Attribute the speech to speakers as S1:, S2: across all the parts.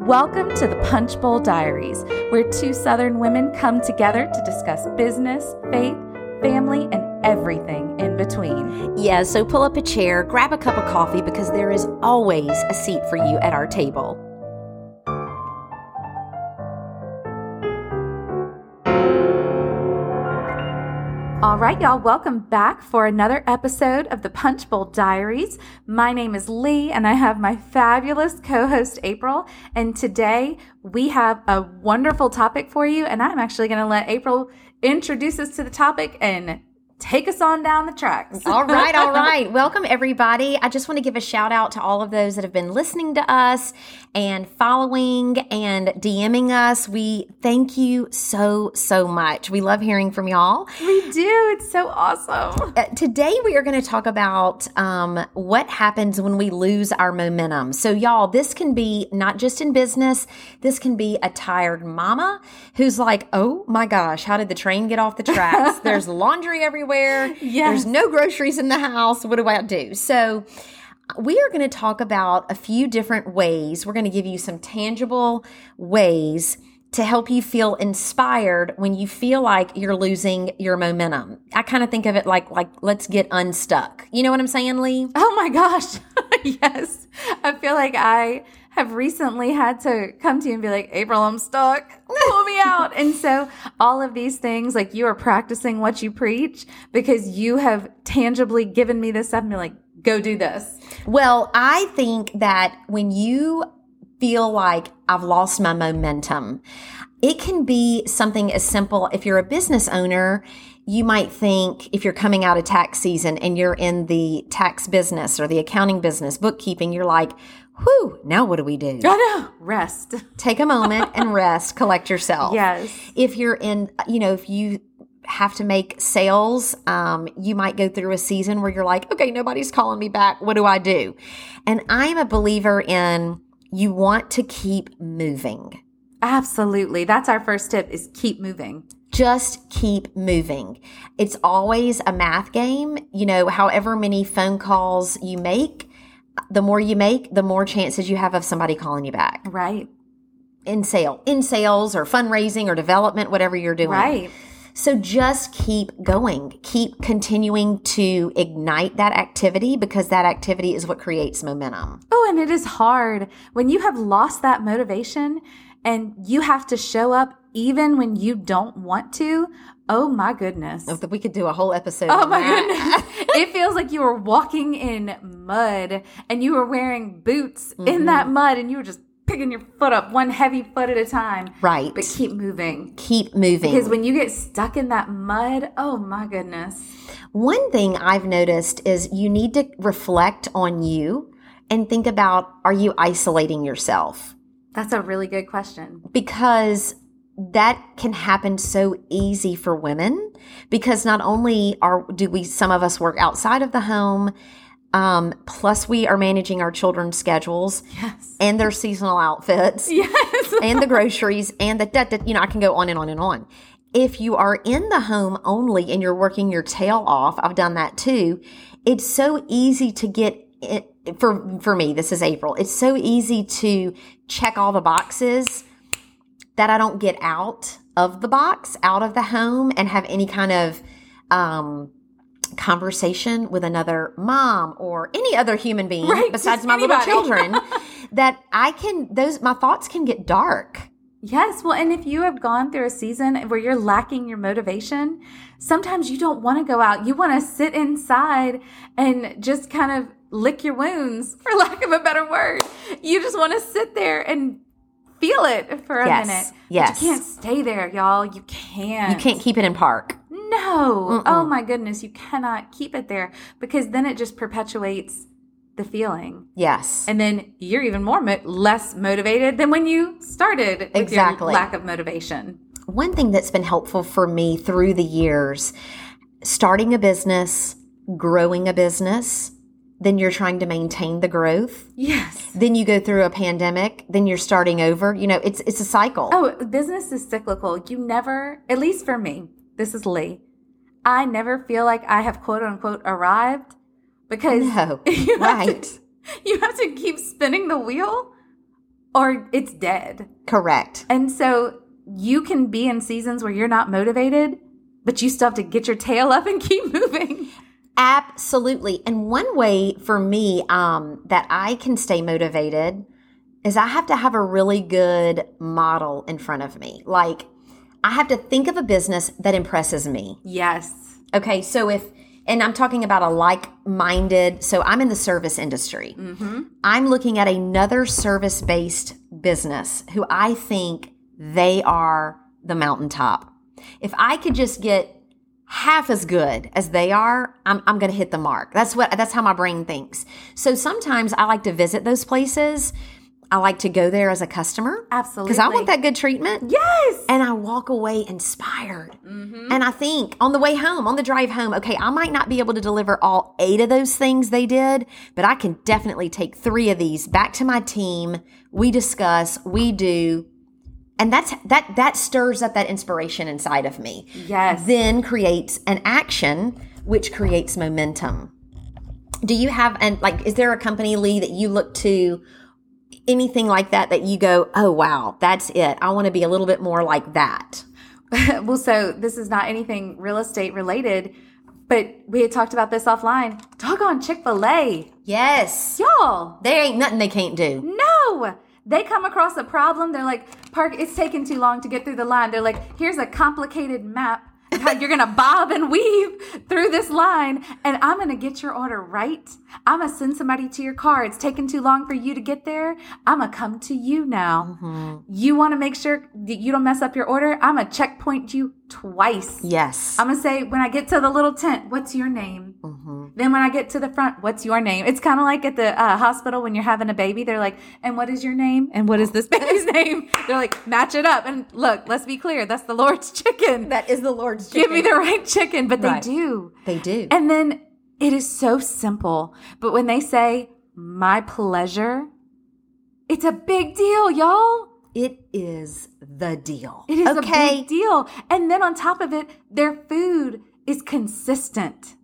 S1: Welcome to the Punch Bowl Diaries, where two Southern women come together to discuss business, faith, family, and everything in between.
S2: Yeah, so pull up a chair, grab a cup of coffee because there is always a seat for you at our table.
S1: All right, y'all, welcome back for another episode of the Punch Bowl Diaries. My name is Lee, and I have my fabulous co host, April. And today we have a wonderful topic for you, and I'm actually going to let April introduce us to the topic and take us on down the tracks.
S2: all right, all right. Welcome, everybody. I just want to give a shout out to all of those that have been listening to us and following and DMing us. We thank you so, so much. We love hearing from y'all.
S1: We do, it's so awesome.
S2: Uh, today, we are going to talk about um, what happens when we lose our momentum. So, y'all, this can be not just in business, this can be a tired mama who's like, oh my gosh, how did the train get off the tracks? There's laundry everywhere.
S1: Yes.
S2: There's no groceries in the house. What do I do? So, we are going to talk about a few different ways. We're going to give you some tangible ways to help you feel inspired when you feel like you're losing your momentum. I kind of think of it like like let's get unstuck. You know what I'm saying, Lee?
S1: Oh my gosh. yes. I feel like I have recently had to come to you and be like, April, I'm stuck. Pull me out. and so all of these things, like you are practicing what you preach because you have tangibly given me this stuff and be like, go do this.
S2: Well, I think that when you feel like I've lost my momentum, it can be something as simple. If you're a business owner, you might think if you're coming out of tax season and you're in the tax business or the accounting business, bookkeeping, you're like, whew, now what do we do?
S1: I know. Rest.
S2: Take a moment and rest, collect yourself.
S1: Yes.
S2: If you're in, you know, if you have to make sales, um, you might go through a season where you're like, okay, nobody's calling me back. What do I do? And I'm a believer in you want to keep moving.
S1: Absolutely. That's our first tip is keep moving.
S2: Just keep moving. It's always a math game. You know, however many phone calls you make, the more you make, the more chances you have of somebody calling you back
S1: Right.
S2: in sale, in sales or fundraising or development, whatever you're doing.
S1: Right.
S2: So just keep going. Keep continuing to ignite that activity because that activity is what creates momentum.
S1: Oh, and it is hard when you have lost that motivation and you have to show up even when you don't want to. Oh my goodness.
S2: If We could do a whole episode.
S1: Oh
S2: on
S1: my
S2: that.
S1: goodness. it feels like you were walking in mud and you were wearing boots in that mud and you were just picking your foot up one heavy foot at a time.
S2: Right.
S1: But keep moving.
S2: keep moving.
S1: Because when you get stuck in that mud, oh my goodness.
S2: One thing I've noticed is you need to reflect on you and think about are you isolating yourself?
S1: That's a really good question.
S2: because that can happen so easy for women because not only are do we some of us work outside of the home um, plus we are managing our children's schedules
S1: Yes.
S2: and their seasonal outfits
S1: Yes.
S2: and the groceries and the da, da, you know i can go on and on and on if you are in the home only and you're working your tail off i've done that too it's so easy to get it, for for me this is april it's so easy to check all the boxes that i don't get out of the box out of the home and have any kind of um conversation with another mom or any other human being
S1: Right,
S2: besides
S1: just
S2: my little
S1: anybody.
S2: children that I can those my thoughts can get dark.
S1: Yes. Well, and if you have gone through a season where you're lacking your motivation, sometimes you don't want to go out. You want to sit inside and just kind of lick your wounds, for lack of a better word. You just want to sit there and feel it for a
S2: Yes,
S1: minute. But
S2: yes.
S1: you can't stay there, y'all. You can't.
S2: You can't keep it in park.
S1: No. Oh, my goodness. You cannot keep it there because then it just perpetuates the feeling.
S2: Yes.
S1: And then you're even more mo- less motivated than when you started with your
S2: Exactly.
S1: lack of motivation.
S2: One thing that's been helpful for me through the years, starting a business, growing a business, then you're trying to maintain the growth.
S1: Yes.
S2: Then you go through a pandemic, then you're starting over. You know, it's it's a cycle.
S1: Oh, business is cyclical. You never, at least for me, this is Lee. I never feel like I have quote unquote arrived because
S2: No.
S1: you, have
S2: right.
S1: to, you have to keep spinning the wheel or it's dead.
S2: Correct.
S1: And so you can be in seasons where you're not motivated, but you still have to get your tail up and keep moving.
S2: Absolutely. And one way for me um, that I can stay motivated is I have to have a really good model in front of me. Like, I have to think of a business that impresses me.
S1: Yes.
S2: Okay, so if, and I'm talking about a like minded, so I'm in the service industry.
S1: Mm-hmm.
S2: I'm looking at another service based business who I think they are the mountaintop. If I could just get half as good as they are, I'm, I'm going to hit the mark. That's what, that's how my brain thinks. So sometimes I like to visit those places. I like to go there as a customer
S1: Absolutely.
S2: because I want that good treatment.
S1: Yes.
S2: And I walk away inspired. And I think on the way home, on the drive home, okay, I might not be able to deliver all eight of those things they did, but I can definitely take three of these back to my team. We discuss, we do. And that's that that stirs up that inspiration inside of me.
S1: Yes.
S2: Then creates an action which creates momentum. Do you have and like is there a company Lee that you look to anything like that that you go, "Oh wow, that's it. I want to be a little bit more like that."
S1: well, so this is not anything real estate related, but we had talked about this offline. Doggone Chick fil A.
S2: Yes.
S1: Y'all,
S2: There ain't nothing they can't do.
S1: no. They come across a problem. They're like, Park, it's taking too long to get through the line. They're like, here's a complicated map. of How you're gonna bob and weave through this line, and I'm gonna get your order right. I'm gonna send somebody to your car. It's taking too long for you to get there. I'm gonna come to you now. You wanna make sure that you don't mess up your order. I'm gonna checkpoint you twice.
S2: Yes.
S1: I'm gonna say when I get to the little tent, what's your name?
S2: hmm
S1: Then when I get to the front, what's your name? It's kind of like at the uh, hospital when you're having a baby. They're like, and what is your name? And what is this baby's name? They're like, match it up. And look, let's be clear, that's the Lord's chicken.
S2: That is the Lord's
S1: Give me the right chicken. But
S2: Right.
S1: they do.
S2: They do.
S1: And then it is so simple. But when they say my pleasure, it's a big deal, y'all.
S2: it is the deal.
S1: It is
S2: okay.
S1: a big deal. And then on top of it, their food is consistent.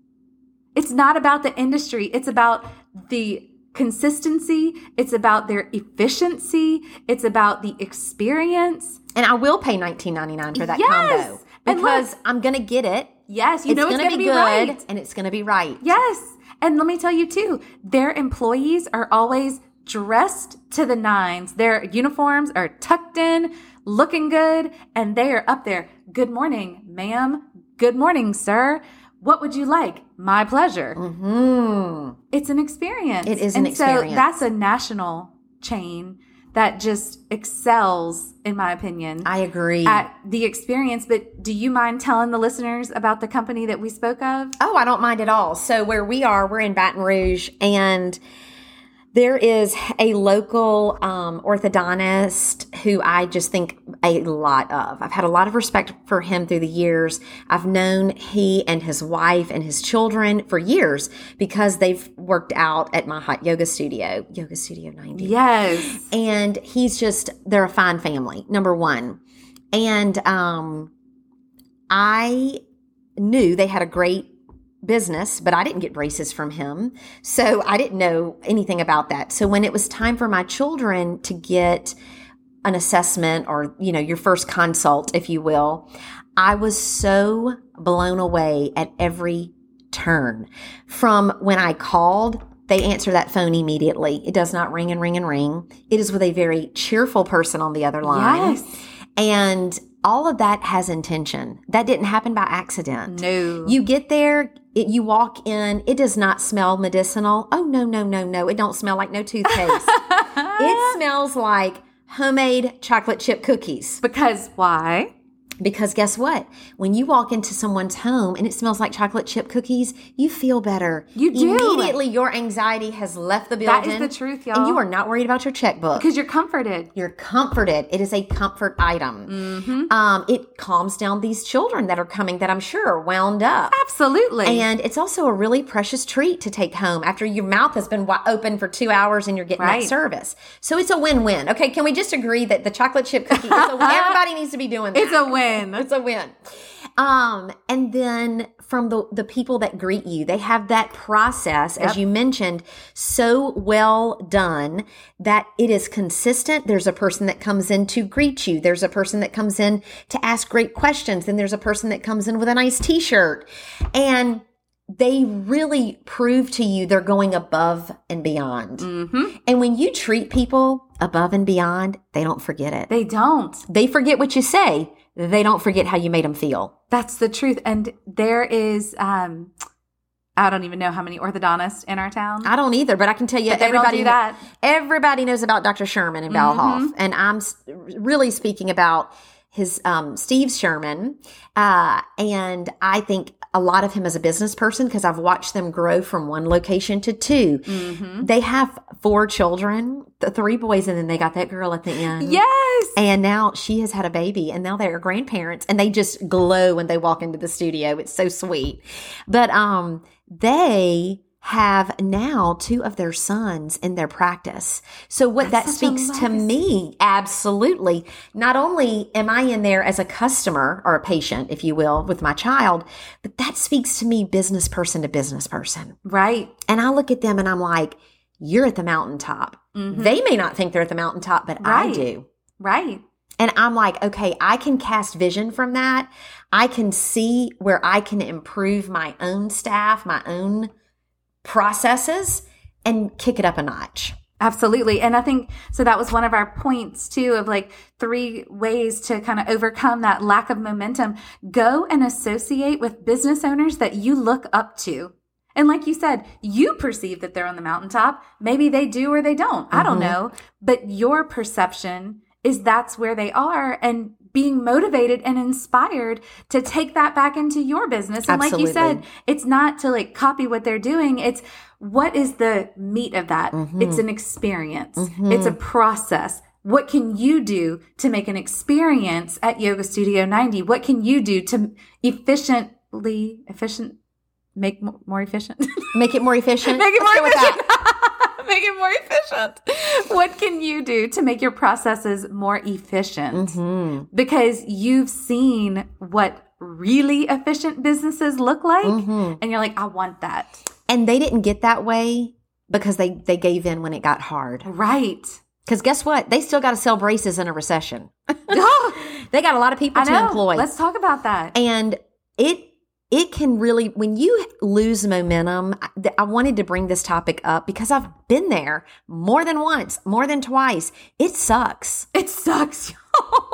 S1: It's not about the industry, it's about the consistency, it's about their efficiency, it's about the experience.
S2: And I will pay nineteen ninety nine for that
S1: Yes!
S2: combo
S1: And look-
S2: because I'm gonna get it.
S1: Yes, you
S2: it's
S1: know
S2: gonna,
S1: it's going
S2: be,
S1: to be,
S2: good
S1: right.
S2: and it's gonna be right.
S1: Yes. And let me tell you too, their employees are always dressed to the nines. Their uniforms are tucked in, looking good, and they are up there. Good morning, ma'am. Good morning, sir. What would you like? My pleasure.
S2: Hmm.
S1: It's an experience.
S2: Mm. It is an
S1: and
S2: experience.
S1: So that's a national chain that just excels, in my opinion,
S2: I agree.
S1: at the experience. But do you mind telling the listeners about the company that we spoke of?
S2: Oh, I don't mind at all. So where we are, we're in Baton Rouge, and there is a local um, orthodontist who I just think a lot of. I've had a lot of respect for him through the years. I've known he and his wife and his children for years because they've worked out at my hot yoga studio, Yoga Studio 90
S1: Yes.
S2: and he's just they're a fine family number one and um i knew they had a great business but i didn't get braces from him so i didn't know anything about that so when it was time for my children to get an assessment or you know your first consult if you will i was so blown away at every turn from when i called they answer that phone immediately it does not ring and ring and ring it is with a very cheerful person on the other line
S1: Yes.
S2: and all of that has intention that didn't happen by accident
S1: No.
S2: you get there, it, you walk in, it does not smell medicinal. Oh no, no, no, no. It don't smell like no toothpaste. it smells like homemade chocolate chip cookies.
S1: because why?
S2: Because guess what? When you walk into someone's home and it smells like chocolate chip cookies, you feel better.
S1: You do.
S2: Immediately your anxiety has left the
S1: That
S2: building.
S1: is the truth, y'all.
S2: And you are not worried about your checkbook.
S1: because you're comforted.
S2: You're comforted. It is a comfort item.
S1: Mm-hmm.
S2: Um, it calms down these children that are coming that I'm sure are wound up.
S1: Absolutely.
S2: And it's also a really precious treat to take home after your mouth has been wi- open for two hours and you're getting
S1: Right.
S2: that service. So it's a win-win. Okay, can we just agree that the chocolate chip cookie? It's a, everybody needs to be doing that.
S1: it's a win.
S2: It's a win. Um, and then from the the people that greet you, they have that process, as
S1: Yep.
S2: you mentioned, so well done that it is consistent. There's a person that comes in to greet you. There's a person that comes in to ask great questions. Then there's a person that comes in with a nice T-shirt, and they really prove to you they're going above and beyond.
S1: Mm-hmm.
S2: And when you treat people above and beyond, they don't forget it.
S1: They don't.
S2: They forget what you say. They don't forget how you made them feel.
S1: That's the truth. And there is, um, I don't even know how many orthodontists in our town.
S2: I don't either, but I can tell you
S1: But they
S2: everybody
S1: don't do that. Mm-hmm.
S2: everybody knows about Dr. Sherman and Balhoff, and I'm s- really speaking about his um, Steve Sherman, uh, and I think a lot of him as a business person because I've watched them grow from one location to 2
S1: Mm-hmm.
S2: They have four children, the three boys, and then they got that girl at the end.
S1: Yes.
S2: And now she has had a baby, and now they are grandparents, and they just glow when they walk into the studio. It's so sweet. But um, they have now two of their sons in their practice. So what that
S1: such a
S2: speaks to me, absolutely. Not only am I in there as a customer or a patient, if you will, with my child, but that speaks to me business person to business person.
S1: Right.
S2: And I look at them and I'm like, you're at the mountaintop. They may not think they're at the mountaintop, but I
S1: Mm-hmm. Right.
S2: do.
S1: Right.
S2: And I'm like, okay, I can cast vision from that. I can see where I can improve my own staff, my own processes, and kick it up a notch.
S1: Absolutely. And I think so that was one of our points too of like three ways to kind of overcome that lack of momentum. Go and associate with business owners that you look up to. And like you said, you perceive that they're on the mountaintop. Maybe they do or they don't. I don't
S2: Mhm.
S1: know. But your perception is that's where they are and being motivated and inspired to take that back into your business. And like you said,
S2: Absolutely.
S1: it's not to like copy what they're doing. It's what is the meat of that?
S2: Mhm.
S1: It's an experience.
S2: Mhm.
S1: It's a process. What can you do to make an experience at Yoga Studio 90? What can you do to efficiently, efficient, make mo- more efficient?
S2: Make it more efficient.
S1: make it
S2: Let's go
S1: more
S2: with that.
S1: efficient. make it more efficient. What can you do to make your processes more efficient?
S2: Mhm.
S1: Because you've seen what really efficient businesses look like.
S2: Mhm.
S1: And you're like, I want that.
S2: And they didn't get that way because they, they gave in when it got hard.
S1: Right.
S2: Because guess what? They still got to sell braces in a recession.
S1: I
S2: They got a lot of people to
S1: know.
S2: employ.
S1: Let's talk about that.
S2: and it it can really when you lose momentum I, th- I wanted to bring this topic up because i've been there more than once more than twice it sucks
S1: It sucks.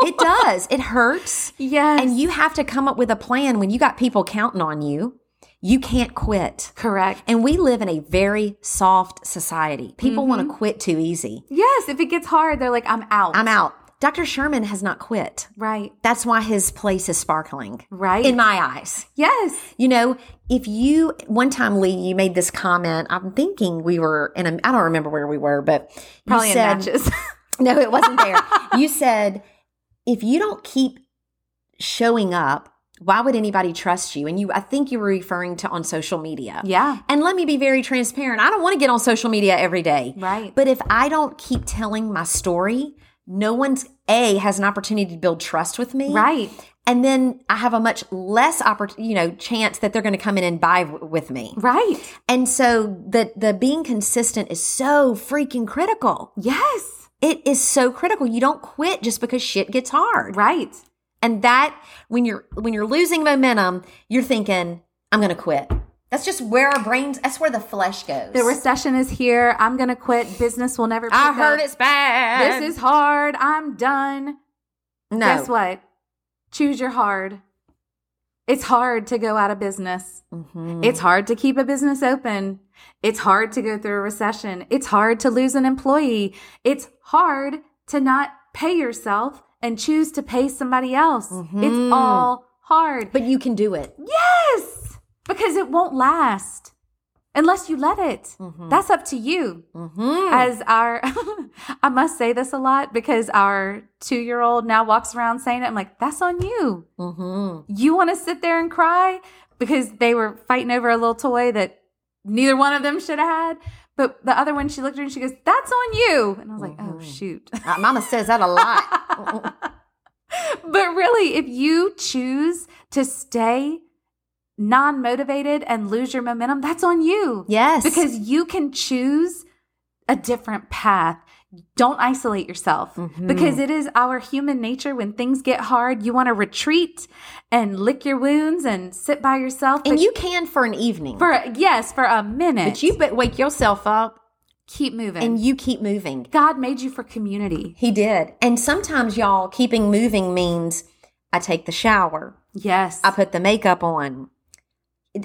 S2: it does it hurts
S1: yes.
S2: and you have to come up with a plan when you got people counting on you you can't quit
S1: correct.
S2: and we live in a very soft society people want
S1: Mm-hmm.
S2: to quit too easy
S1: Yes. If it gets hard, they're like, I'm out.
S2: i'm out dr sherman has not quit
S1: Right.
S2: that's why his place is sparkling
S1: Right.
S2: in my eyes
S1: yes.
S2: You know, if you one time Lee, you made this comment. I'm thinking we were in a. I don't remember where we were, but you
S1: Probably in
S2: said
S1: matches.
S2: no, it wasn't there. you said if you don't keep showing up, why would anybody trust you? And you, I think you were referring to on social media.
S1: yeah.
S2: And let me be very transparent. I don't want to get on social media every day.
S1: Right.
S2: But if I don't keep telling my story, no one's a has an opportunity to build trust with me
S1: right.
S2: and then I have a much less oppor- you know chance that they're going to come in and buy w- with me.
S1: Right.
S2: And so the the being consistent is so freaking critical.
S1: Yes.
S2: It is so critical. You don't quit just because shit gets hard.
S1: Right.
S2: And that when you're when you're losing momentum, you're thinking I'm going to quit. That's just where our brains. That's where the flesh goes.
S1: The recession is here. I'm going to quit. Business will never.
S2: I
S1: pick
S2: heard
S1: up.
S2: it's bad.
S1: This is hard. I'm done.
S2: no.
S1: Guess what? Choose your hard. It's hard to go out of business.
S2: Mhm.
S1: It's hard to keep a business open. It's hard to go through a recession. It's hard to lose an employee. It's hard to not pay yourself and choose to pay somebody else.
S2: Mhm.
S1: It's all hard.
S2: But you can do it.
S1: Yes, because it won't last unless you let it. That's up to you.
S2: Mm-hmm.
S1: As our, I must say this a lot because our two year old now walks around saying it. I'm like, that's on you
S2: mm-hmm.
S1: you want to sit there and cry because they were fighting over a little toy that neither one of them should have had. But the other one, she looked at her and she goes, That's on you. And I was like, Oh, shoot.
S2: Uh, Mama says that a lot.
S1: but really, if you choose to stay non motivated and lose your momentum, that's on you.
S2: Yes.
S1: Because you can choose a different path. Don't isolate yourself
S2: Mhm.
S1: because it is our human nature when things get hard, you want to retreat and lick your wounds and sit by yourself.
S2: and
S1: But
S2: you can for an evening.
S1: for yes, for a minute.
S2: but you but wake yourself up
S1: keep moving.
S2: and you keep moving.
S1: God made you for community.
S2: He did. And sometimes y'all keeping moving means I take the shower.
S1: Yes.
S2: I put the makeup on.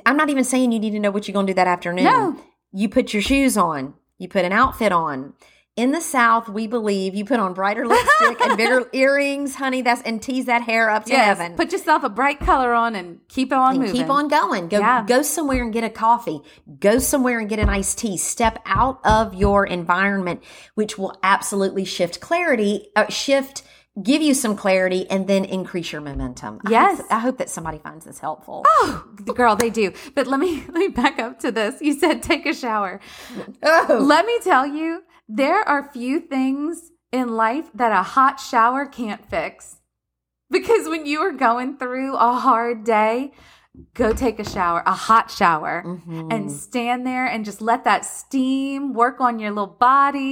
S2: I'm not even saying you need to know what you're going to do that afternoon.
S1: No.
S2: You put your shoes on. You put an outfit on. In the South, we believe you put on brighter lipstick and bigger earrings, honey. That's and tease that hair up to
S1: yes.
S2: heaven.
S1: Put yourself a bright color on and keep on
S2: and
S1: moving.
S2: keep on going. Go
S1: Yeah.
S2: go somewhere and get a coffee. Go somewhere and get an iced tea. Step out of your environment, which will absolutely shift clarity, uh, shift, give you some clarity, and then increase your momentum. I hope-
S1: Yes. Oh.
S2: I hope that somebody finds this helpful.
S1: The girl they do but let me let me back up to this you said take a shower
S2: Oh.
S1: let me tell you there are few things in life that a hot shower can't fix because when you are going through a hard day go take a shower a hot shower and stand there and just let that steam work on your little body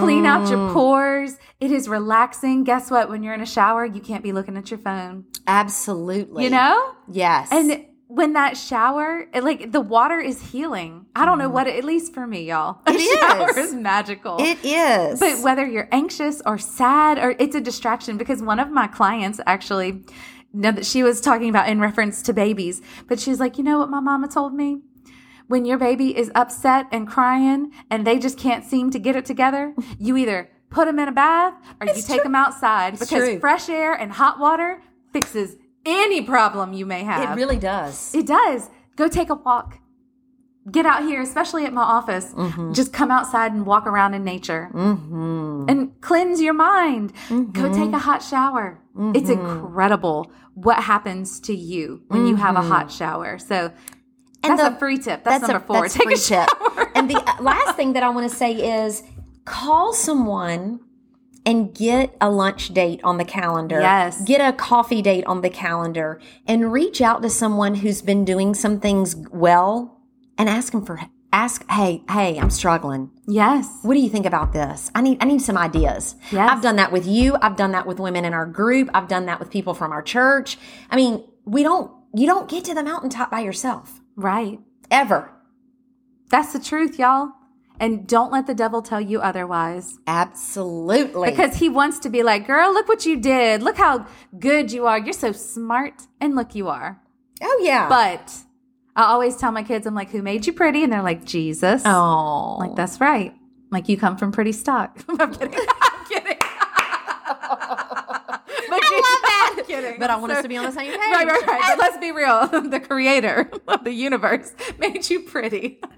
S1: clean out your pores it is relaxing guess what when you're in a shower you can't be looking at your phone
S2: Absolutely.
S1: you know
S2: Yes.
S1: and when that shower, it, like the water is healing. I don't know what, at least for me, y'all, a
S2: Mm. It
S1: shower
S2: is.
S1: is magical.
S2: it is.
S1: but whether you're anxious or sad, or it's a distraction, because one of my clients actually, now that she was talking about in reference to babies, but she's like, you know what my mama told me? When your baby is upset and crying and they just can't seem to get it together, you either put them in a bath or you take them outside because
S2: true.
S1: fresh air and hot water fixes any problem you may have.
S2: it really does.
S1: It does. Go take a walk. Get out here, especially at my office.
S2: Mm-hmm.
S1: Just come outside and walk around in nature and cleanse your mind.
S2: Mm-hmm.
S1: Go take a hot shower. It's incredible what happens to you when you have a hot shower. So
S2: Mm-hmm. And
S1: that's
S2: the-
S1: a free tip. That's, number four.
S2: that's
S1: take
S2: free
S1: a shower.
S2: tip. and the uh, last thing that I want to say is call someone and get a lunch date on the calendar.
S1: Yes.
S2: Get a coffee date on the calendar and reach out to someone who's been doing some things well and ask them for ask hey, hey, I'm struggling.
S1: Yes.
S2: what do you think about this? I need I need some ideas.
S1: Yes.
S2: I've done that with you. I've done that with women in our group. I've done that with people from our church. I mean, we don't you don't get to the mountaintop by yourself
S1: Right.
S2: ever.
S1: That's the truth, y'all. And don't let the devil tell you otherwise.
S2: Absolutely.
S1: Because he wants to be like, girl, look what you did. Look how good you are. You're so smart. And look, you are.
S2: oh yeah.
S1: But I always tell my kids, I'm like, who made you pretty? And they're like, Jesus.
S2: oh.
S1: I'm Like, that's right. I'm Like, you come from pretty stock. I'm kidding. I'm kidding. But you- I'm kidding.
S2: But I want us
S1: So-
S2: to be on the same page.
S1: Right, right, right. But let's be real. The creator of the universe made you pretty. and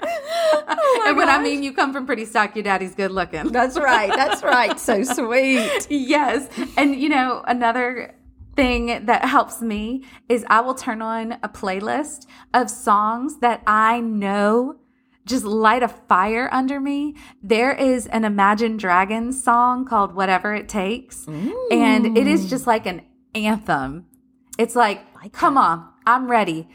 S1: when I
S2: Oh gosh.
S1: mean you come from pretty stock, your daddy's good looking.
S2: That's right. That's right. So sweet.
S1: yes. And you know, another thing that helps me is I will turn on a playlist of songs that I know just light a fire under me. There is an Imagine Dragons song called Whatever It Takes, and it is just like an anthem. It's like,
S2: like
S1: come on, I'm ready.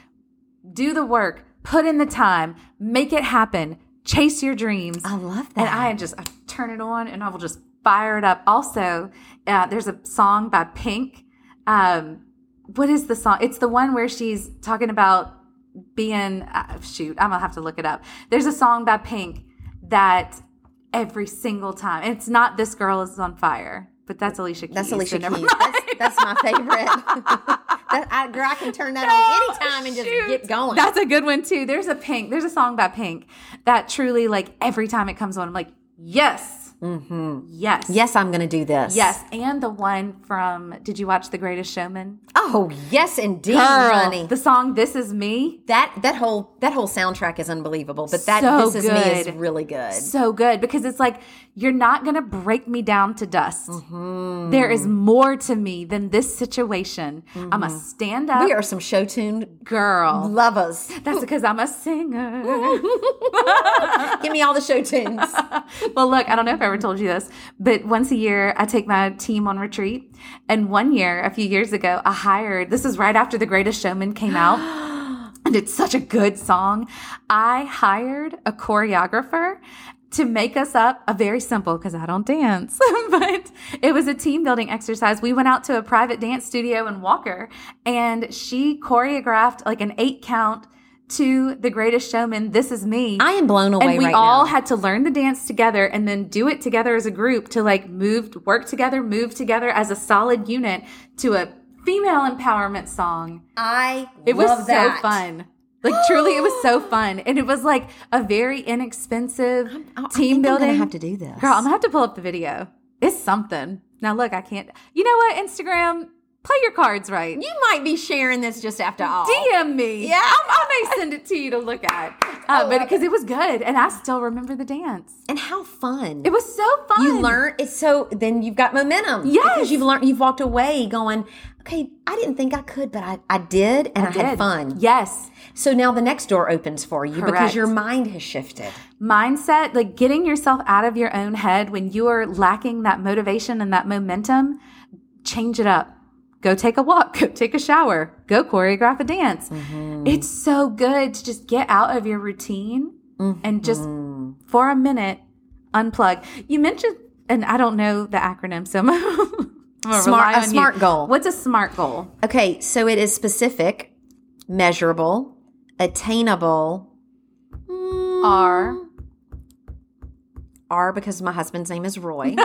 S1: Do the work, put in the time, make it happen, chase your dreams.
S2: I love that.
S1: And I just I turn it on and I will just fire it up. Also, uh, there's a song by Pink. Um, what is the song? It's the one where she's talking about being, uh, shoot, I'm gonna have to look it up. There's a song by Pink that every single time, and it's not This Girl is on Fire, but that's Alicia Keys.
S2: that's
S1: so
S2: Alicia
S1: never
S2: Keys.
S1: mind.
S2: That's, that's my favorite. that, I, girl, I can turn that on any time and just
S1: Oh, Shoot.
S2: get going.
S1: That's a good one too. There's a Pink, there's a song by Pink that truly, like, every time it comes on, I'm like, yes, yes,
S2: Mm-hmm. yes, I'm going to do this.
S1: Yes, and the one from Did you watch The Greatest Showman?
S2: Oh yes, indeed, honey.
S1: the song "This Is Me"
S2: that that whole that whole soundtrack is unbelievable. But that
S1: So
S2: this is me is
S1: good.
S2: really good.
S1: so good because it's like you're not gonna break me down to dust. There is more to me than this situation. I'm a stand up
S2: We are some show tune
S1: girl.
S2: lovers.
S1: That's because I'm a singer.
S2: Give me all the show tunes.
S1: well, look, I don't know if I never told you this, but once a year I take my team on retreat. And one year, a few years ago, I hired, this is right after The Greatest Showman came out. And it's such a good song. I hired a choreographer to make us up a very simple because I don't dance, but it was a team building exercise. We went out to a private dance studio in Walker and she choreographed like an eight count to the greatest showman, This Is Me.
S2: I am blown away
S1: And we
S2: right
S1: all
S2: now.
S1: had to learn the dance together and then do it together as a group to like move, work together, move together as a solid unit to a female empowerment song.
S2: I
S1: It was
S2: love
S1: so
S2: that.
S1: fun. Like truly, it was so fun, and it was like a very inexpensive
S2: I- I
S1: team
S2: think I'm
S1: building.
S2: gonna have to do this.
S1: girl. I'm gonna have to pull up the video. It's something. Now look, I can't. You know what? Instagram, play your cards right.
S2: You might be sharing this just after all.
S1: DM me.
S2: Yeah.
S1: I'm, I may send it to you to look at. Uh, but
S2: love
S1: because it was good, and I still remember the dance.
S2: and how fun.
S1: It was so fun.
S2: you learn it's so then you've got momentum.
S1: Yes.
S2: Because you've learned you've walked away going, Okay, I didn't think I could, but I, I did and I, had
S1: Did.
S2: fun.
S1: Yes.
S2: So now the next door opens for you
S1: Correct.
S2: because your mind has shifted.
S1: mindset, like getting yourself out of your own head when you are lacking that motivation and that momentum, change it up. Go take a walk, go take a shower, go choreograph a dance.
S2: Mm-hmm.
S1: It's so good to just get out of your routine and just
S2: Mm-hmm.
S1: for a minute unplug. You mentioned, and I don't know the acronym, so I'm gonna
S2: Smart-
S1: rely
S2: a
S1: on you.
S2: SMART goal.
S1: What's a SMART goal?
S2: Okay, so it is specific, measurable, attainable. Mm.
S1: R.
S2: R because my husband's name is Roy.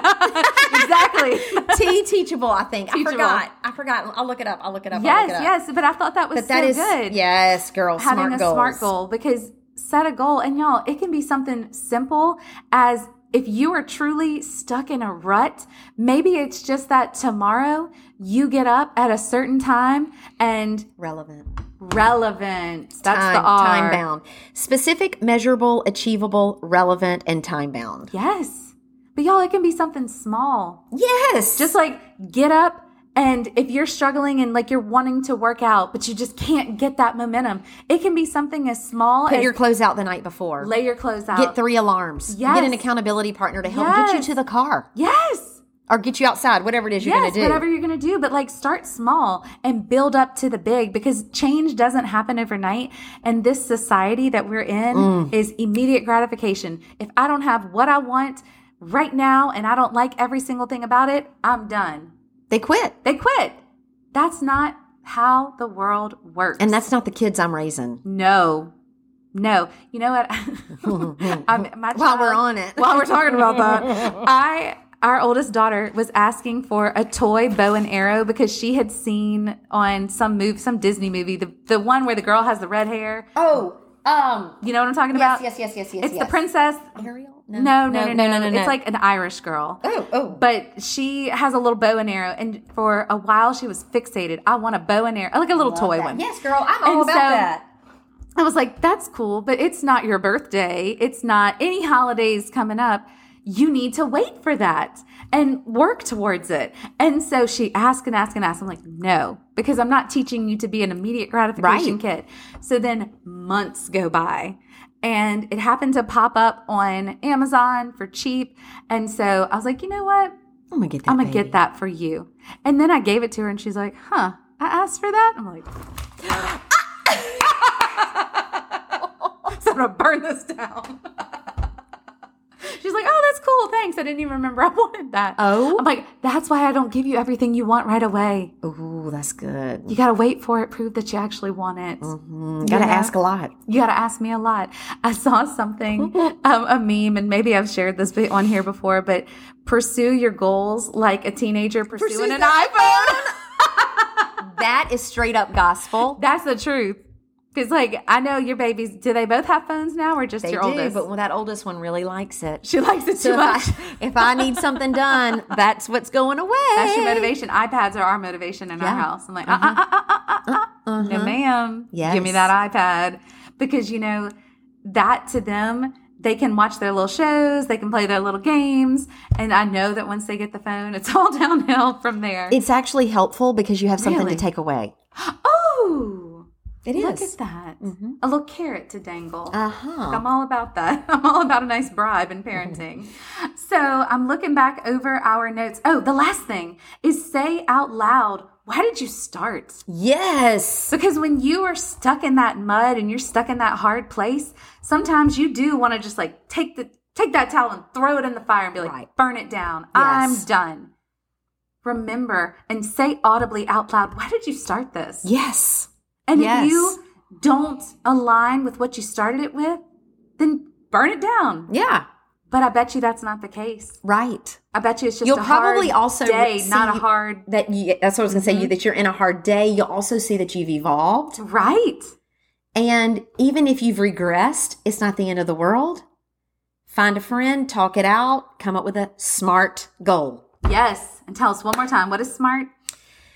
S1: Exactly.
S2: T teachable, I think.
S1: Teachable.
S2: I forgot. I forgot. I'll look it up. I'll look it up. I'll
S1: yes,
S2: look it up.
S1: yes. But I thought that was
S2: But that
S1: so
S2: is
S1: good.
S2: yes, girl.
S1: having
S2: smart
S1: a
S2: goals.
S1: smart goal because set a goal and y'all it can be something simple as if you are truly stuck in a rut maybe it's just that tomorrow you get up at a certain time and
S2: Relevant.
S1: relevant that's the
S2: time,
S1: R.
S2: time bound. Specific, measurable, achievable, relevant, and time bound.
S1: yes but y'all it can be something small
S2: Yes.
S1: just like get up and if you're struggling and like you're wanting to work out but you just can't get that momentum it can be something as small
S2: put
S1: as
S2: your clothes out the night before.
S1: lay your clothes out
S2: Get three alarms.
S1: Yes.
S2: Get an accountability partner to help get
S1: Yes.
S2: you to the car
S1: yes
S2: or get you outside, whatever it is you're
S1: yes,
S2: going to do.
S1: whatever you're going to do, but like start small and build up to the big because change doesn't happen overnight. And this society that we're in
S2: Mm.
S1: is immediate gratification. If I don't have what I want right now and I don't like every single thing about it, I'm done.
S2: They quit.
S1: They quit. That's not how the world works.
S2: And that's not the kids I'm raising.
S1: no, no. You know what? I'm, my
S2: While we're
S1: child-
S2: on it.
S1: while we're talking about that, I our oldest daughter was asking for a toy bow and arrow because she had seen on some move, some Disney movie, the the one where the girl has the red hair.
S2: Oh, um,
S1: You know what I'm talking about?
S2: yes, yes, yes.
S1: It's the princess.
S2: Ariel?
S1: No, no, no, no, no, no, It's like an Irish girl.
S2: oh, oh.
S1: But she has a little bow and arrow, and for a while she was fixated. I want a bow and arrow, like a little toy one.
S2: Yes, girl, I'm
S1: all about that. I was like, that's cool, but it's not your birthday. It's not any holidays coming up. You need to wait for that and work towards it. And so she asked and asked and asked. I'm like, no, because I'm not teaching you to be an immediate gratification kid. So then months go by and it happened to pop up on Amazon for cheap. And so I was like, you know what?
S2: I'm gonna get that.
S1: I'm gonna
S2: baby.
S1: get that for you. And then I gave it to her and she's like, huh, I asked for that? I'm like, "Ah!" so I'm gonna burn this down. She's like, oh, that's cool. Thanks. I didn't even remember I wanted that.
S2: Oh.
S1: I'm like, that's why I don't give you everything you want right away.
S2: Ooh, that's good. Mm,
S1: You gotta wait for it, prove that you actually want it.
S2: Gotta
S1: know?
S2: ask a lot.
S1: You gotta ask me a lot. I saw something, um, a meme, and maybe I've shared this bit on here before, but pursue your goals like a teenager pursuing
S2: Pursues
S1: an
S2: the
S1: iPhone.
S2: That is straight up gospel.
S1: That's the truth. Because, like, I know your babies, do they both have phones now or just
S2: They
S1: your
S2: do,
S1: oldest?
S2: but that oldest one really likes it.
S1: she likes it
S2: So
S1: too
S2: if
S1: much.
S2: I, if I need something done, that's what's going away.
S1: That's your motivation. iPads are our motivation in our
S2: Yeah.
S1: house. I'm like, uh, uh, uh, uh, uh, uh, uh. no, ma'am. Give me
S2: Yes.
S1: that iPad. Because, you know, that to them, they can watch their little shows, they can play their little games. And I know that once they get the phone, it's all downhill from there.
S2: It's actually helpful because you have something
S1: Really?
S2: to take away.
S1: oh,
S2: It
S1: Look
S2: is.
S1: at that.
S2: Mhm.
S1: A little carrot to dangle.
S2: Uh huh.
S1: I'm all about that. I'm all about a nice bribe in parenting. so I'm looking back over our notes. Oh, the last thing is say out loud, why did you start?
S2: Yes.
S1: Because when you are stuck in that mud and you're stuck in that hard place, sometimes you do want to just like take the take that towel and throw it in the fire and be like,
S2: Right.
S1: burn it down.
S2: Yes.
S1: I'm done. Remember and say audibly out loud, why did you start this?
S2: Yes.
S1: And
S2: Yes.
S1: if you don't align with what you started it with, then burn it down.
S2: Yeah.
S1: But I bet you that's not the case.
S2: Right.
S1: I bet you it's just
S2: You'll
S1: a
S2: probably
S1: hard
S2: also
S1: day,
S2: see-
S1: not a hard
S2: That you, that's what I was gonna
S1: Mm-hmm.
S2: say. You that you're in a hard day. You'll also see that you've evolved,
S1: right.
S2: and even if you've regressed, it's not the end of the world. Find a friend, talk it out, come up with a smart goal,
S1: Yes. And tell us one more time what is smart,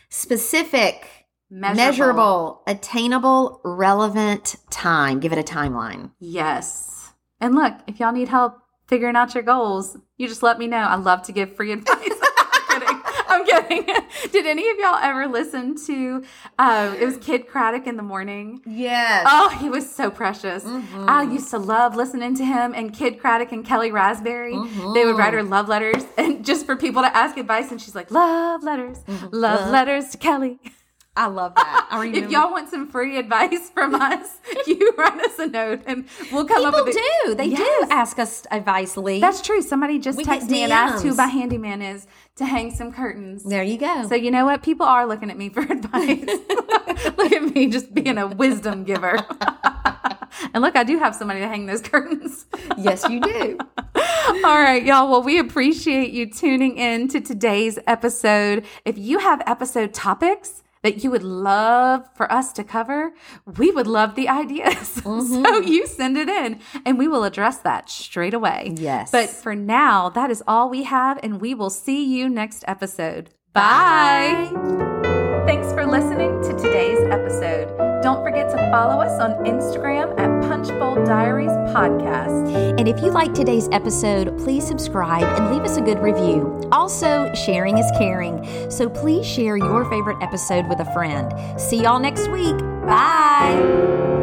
S2: specific,
S1: measurable.
S2: measurable attainable, relevant time. Give it a timeline.
S1: Yes. And look, if y'all need help figuring out your goals, you just let me know. I love to give free advice. I'm kidding. I'm kidding. Did any of y'all ever listen to? Uh, it was Kid Craddock in the morning.
S2: Yes.
S1: Oh, he was so precious.
S2: Mm-hmm.
S1: I used to love listening to him and Kid Craddock and Kelly Raspberry. They would write her
S2: Mm-hmm.
S1: love letters and just for people to ask advice, and she's like, "Love letters,
S2: Mm-hmm.
S1: love, letters to Kelly."
S2: I love that. I
S1: If y'all want some free advice from us, you write us a note and we'll come up
S2: people
S1: with it.
S2: do, they
S1: Yes.
S2: do ask us advice, Lee.
S1: That's true. Somebody just
S2: We get
S1: texted me and asked who
S2: DMs.
S1: my handyman is to hang some curtains.
S2: there you go.
S1: So you know what? People are looking at me for advice. look at me just being a wisdom giver. and look, I do have somebody to hang those curtains.
S2: yes, you do.
S1: All right, y'all. Well, we appreciate you tuning in to today's episode. If you have episode topics that you would love for us to cover, we would love the ideas. so you send it in and we will address that straight away.
S2: Yes.
S1: But for now, that is all we have, and we will see you next episode. Bye. Thanks for listening to today's episode. Don't forget to follow us on Instagram at Punch Bowl Diaries Podcast.
S2: And if you like today's episode, please subscribe and leave us a good review. Also, sharing is caring. So please share your favorite episode with a friend. See y'all next week. Bye.